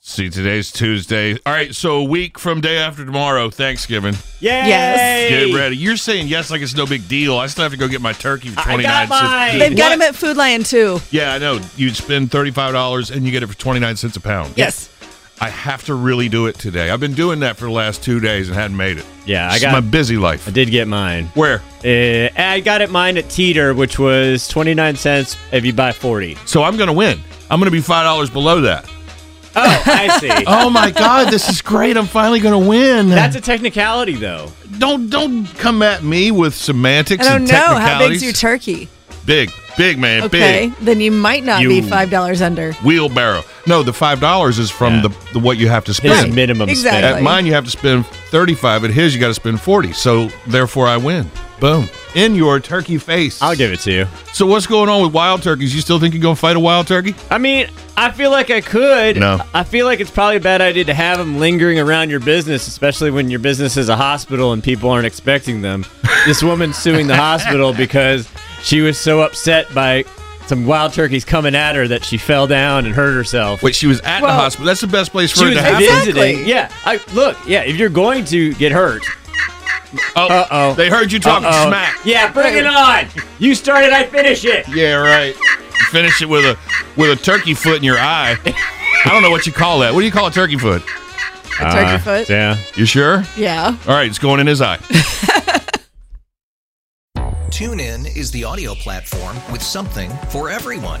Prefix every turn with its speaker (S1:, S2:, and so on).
S1: See, today's Tuesday. All right, so a week from day after tomorrow, Thanksgiving.
S2: Yay! Yes.
S1: Get ready. You're saying yes like it's no big deal. I still have to go get my turkey for twenty nine
S2: mine.
S1: cents.
S3: They've got them at Food Lion too.
S1: Yeah, I know. You'd spend thirty five dollars and you get it for twenty nine cents a pound.
S3: Yes.
S1: I have to really do it today. I've been doing that for the last two days and hadn't made it.
S4: Yeah, I
S1: It's
S4: got-
S1: my busy life.
S4: I did get mine.
S1: Where?
S4: Uh, I got it mine at Teeter, which was 29 cents if you buy 40.
S1: So I'm gonna win. I'm gonna be five dollars below that.
S4: Oh, I see.
S1: Oh my god, this is great. I'm finally gonna win.
S4: That's a technicality, though.
S1: don't don't come at me with semantics
S3: I don't
S1: and
S3: know. How
S1: technicalities.
S3: big's your turkey?
S1: big, big man, big.
S3: Okay. Then you might not
S1: You-
S3: be $5 under.
S1: wheelbarrow. No, the five dollars is from
S4: Yeah.
S1: the, the what you have to
S4: His
S1: spend.
S4: minimum
S3: Exactly.
S1: At
S4: spend.
S1: mine, you have to spend thirty-five. At his, you got to spend forty. So therefore, I win. Boom! In your turkey face.
S4: I'll give it to you.
S1: So what's going on with wild turkeys? You still think you're gonna fight a wild turkey?
S4: I mean, I feel like I could.
S1: No.
S4: I feel like it's probably a bad idea to have them lingering around your business, especially when your business is a hospital and people aren't expecting them. this woman's suing the hospital because she was so upset by some wild turkeys coming at her that she fell down and hurt herself.
S1: Wait, she was at
S3: Well-
S1: the hospital. That's the best place for
S4: she
S1: it
S4: was
S1: to happen.
S3: Exactly.
S4: visiting. Yeah. I, look, yeah, if you're going to get hurt.
S1: Oh,
S4: Uh-oh.
S1: they heard you talking
S4: Uh-oh.
S1: Oh, smack.
S4: Yeah, bring it on. You started, I finish it.
S1: Yeah, right. Finish it with a with a turkey foot in your eye. I don't know what you call that. What do you call a turkey foot?
S3: A
S1: Ah,
S3: turkey foot?
S4: Yeah.
S1: You sure?
S3: Yeah.
S1: All right, it's going in his eye.
S5: TuneIn is the audio platform with something for everyone.